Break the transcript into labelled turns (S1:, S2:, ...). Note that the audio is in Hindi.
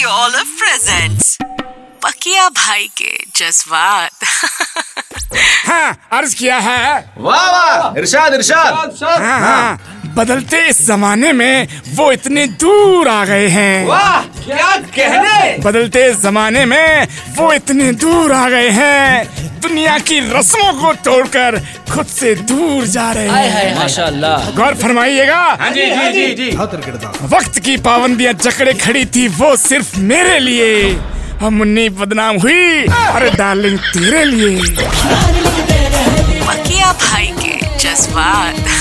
S1: you all a present. पकिया भाई के जज्बात
S2: हाँ अर्ज किया है
S3: वाह वाह इरशाद इरशाद
S2: हाँ हाँ बदलते इस जमाने में वो इतने दूर आ गए हैं
S3: वाह क्या कहने
S2: बदलते इस जमाने में वो इतने दूर आ गए हैं दुनिया की रस्मों को तोड़कर खुद से दूर जा रहे हैं
S4: माशाल्लाह
S2: गौर फरमाइएगा
S3: जी जी जी जी
S2: वक्त की पाबंदियां जकड़े खड़ी थी वो सिर्फ मेरे लिए हम मुन्नी बदनाम हुई अरे डार्लिंग तेरे लिए
S1: पकिया भाई के जज्बात